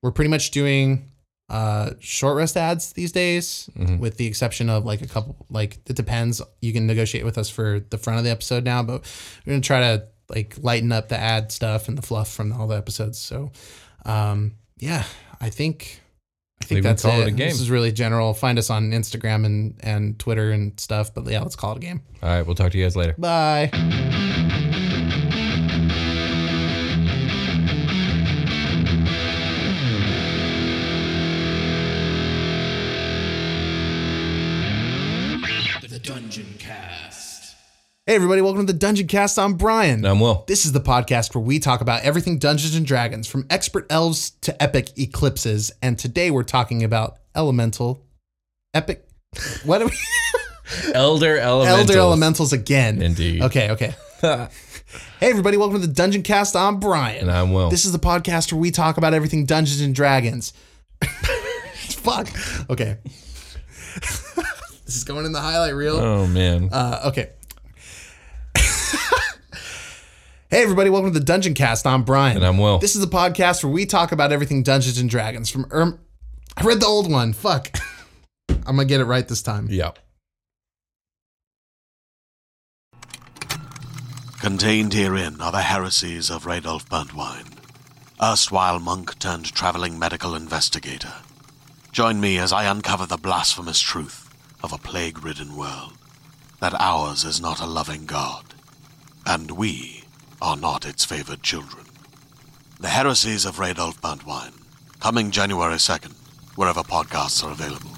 [SPEAKER 2] we're pretty much doing uh, short rest ads these days,
[SPEAKER 3] Mm-hmm.
[SPEAKER 2] with the exception of like a couple, like it depends. You can negotiate with us for the front of the episode now, but we're going to try to like lighten up the ad stuff and the fluff from all the episodes. So, um, yeah, I think. I think
[SPEAKER 3] Maybe we
[SPEAKER 2] that's
[SPEAKER 3] call it
[SPEAKER 2] it.
[SPEAKER 3] a game.
[SPEAKER 2] This is really general. Find us on Instagram and, and Twitter and stuff. But yeah, let's call it a game.
[SPEAKER 3] All right, we'll talk to you guys later.
[SPEAKER 2] Bye.
[SPEAKER 4] The Dungeon Cast.
[SPEAKER 2] Hey, everybody, welcome to the Dungeon Cast. I'm Brian.
[SPEAKER 3] And I'm Will.
[SPEAKER 2] This is the podcast where we talk about everything Dungeons and Dragons, from expert elves to epic eclipses. And today we're talking about elemental, epic. What are we?
[SPEAKER 3] Elder Elementals.
[SPEAKER 2] Elder elementals again.
[SPEAKER 3] Indeed.
[SPEAKER 2] Okay, okay. hey, everybody, welcome to the Dungeon Cast. I'm Brian.
[SPEAKER 3] And I'm Will.
[SPEAKER 2] This is the podcast where we talk about everything Dungeons and Dragons. Fuck. Okay. this is going in the highlight reel.
[SPEAKER 3] oh, man.
[SPEAKER 2] Uh, okay. hey, everybody, welcome to the Dungeon Cast. I'm Brian.
[SPEAKER 3] And I'm Will.
[SPEAKER 2] This is the podcast where we talk about everything Dungeons and Dragons from Erm. I read the old one. Fuck. I'm going to get it right this time.
[SPEAKER 3] yeah.
[SPEAKER 8] Contained herein are the heresies of Radolf Buntwine, erstwhile monk turned traveling medical investigator. Join me as I uncover the blasphemous truth of a plague ridden world that ours is not a loving God, and we are not its favored children. The heresies of Radolf Buntwine, coming January 2nd, wherever podcasts are available.